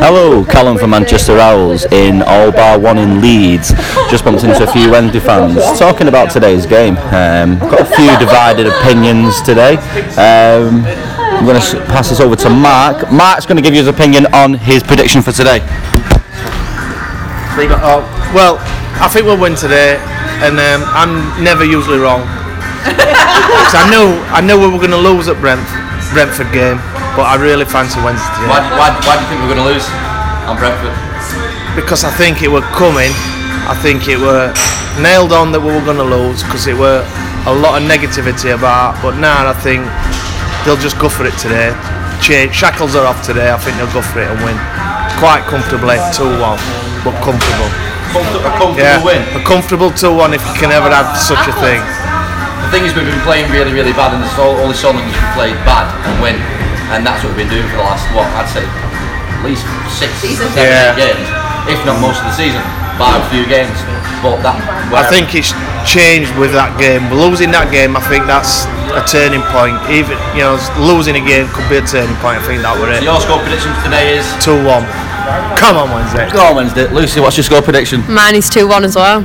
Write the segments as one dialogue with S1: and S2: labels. S1: Hello, Callum from Manchester Owls in All Bar 1 in Leeds. Just bumped into a few Wednesday fans talking about today's game. Um, got a few divided opinions today. Um, I'm going to pass this over to Mark. Mark's going to give you his opinion on his prediction for today.
S2: oh, Well, I think we'll win today, and um, I'm never usually wrong. 'Cause I knew I knew we were going to lose at Brent, Brentford game, but I really fancy Wednesday today.
S3: why, why do you think we're going to lose on Brentford?
S2: because I think it were coming. I think it were nailed on that we were going to lose because it were a lot of negativity about. But now I think they'll just go for it today. Cha- Shackles are off today. I think they'll go for it and win quite comfortably, two one, but comfortable.
S3: Comfort, uh, a comfortable
S2: Yeah,
S3: win.
S2: a comfortable two one if you can ever have such a thing.
S3: The thing is, we've been playing really, really bad, and it's all, only so long as we played bad and win, and that's what we've been doing for the last what I'd say at least six, seven, eight
S2: Yeah.
S3: games, if not most of the season, by a few games. But that,
S2: I think it's changed with that game. Losing that game, I think that's a turning point. Even you know, losing a game could be a turning point. I think that were it.
S3: your score prediction for today is
S2: Two one. Come on, Wednesday.
S3: go on Wednesday. Uh, Lucy, what's your score prediction?
S4: Mine is 2 1 as well.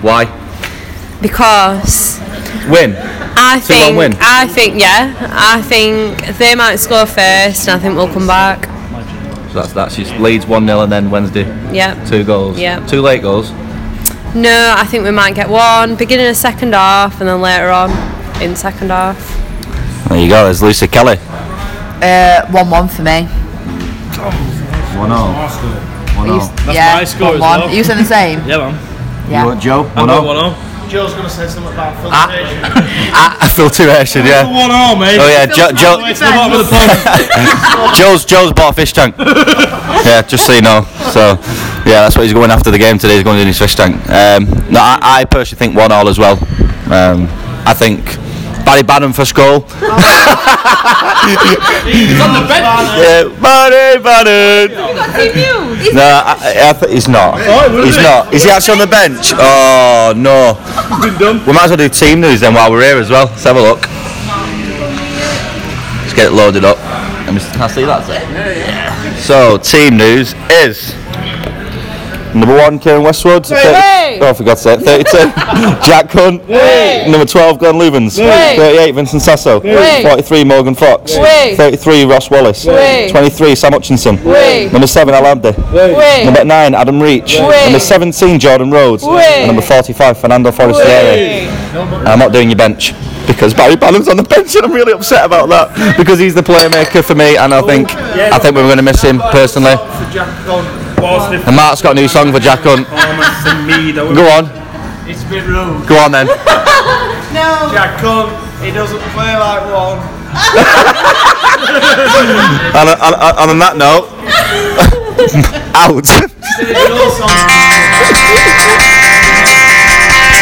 S3: Why?
S4: Because
S3: Win.
S4: I think.
S3: win.
S4: I think, yeah. I think they might score first and I think we'll come back.
S3: So that's that's just Leeds one 0 and then Wednesday
S4: Yeah.
S3: two goals.
S4: Yeah.
S3: Two late goals.
S4: No, I think we might get one, beginning of second half and then later on in second half.
S1: There you go, there's Lucy Kelly.
S5: Uh, one one for me.
S1: One all.
S5: Are you,
S6: That's
S5: yeah,
S6: my score as
S5: one one.
S6: well.
S5: Are you saying the same?
S6: Yeah, man.
S5: Yeah.
S1: Joe?
S6: I'm
S1: One
S6: not
S1: all.
S6: one on.
S2: Joe's going to say something about filtration.
S1: Ah, I feel too action, yeah.
S6: One on, mate.
S1: Oh yeah, Joe. Joe
S6: It's the bottom of the pod.
S1: Joe's Joe's bought a fish tank. yeah, just so you know. So, yeah, that's what he's going after the game today. He's going in his fish tank. Um, no, I, I personally think one all as well. Um, I think Barry Bannon for school. Yeah, Barry Bannon. No, I, I th- he's not. He's not. Is he actually on the bench? Oh no. We might as well do team news then while we're here as well. Let's have a look. Let's get it loaded up. Let me can I see that? Sir? So, team news is number one, Kieran Westwood.
S4: Hey!
S1: Oh, for God's sake, 32. Jack Hunt. Number 12, Glenn Lubens. 38, Vincent Sasso. 43, Morgan Fox.
S4: Hey!
S1: 33, Ross Wallace.
S4: Hey!
S1: 23, Sam Hutchinson.
S4: Hey!
S1: Number 7, Al Abdi. Number 9, Adam Reach.
S4: Way.
S1: Number 17, Jordan Rhodes.
S4: Way.
S1: And number 45, Fernando Forestieri. And I'm not doing your bench because Barry Bannon's on the bench and I'm really upset about that because he's the playmaker for me and I think I think we we're going to miss him personally. And Mark's got a new song for Jack Hunt. Go on,
S2: It's a bit rude.
S1: go on then.
S2: Jack Hunt, he doesn't play like one.
S1: And, and, and on that note, out.
S2: He also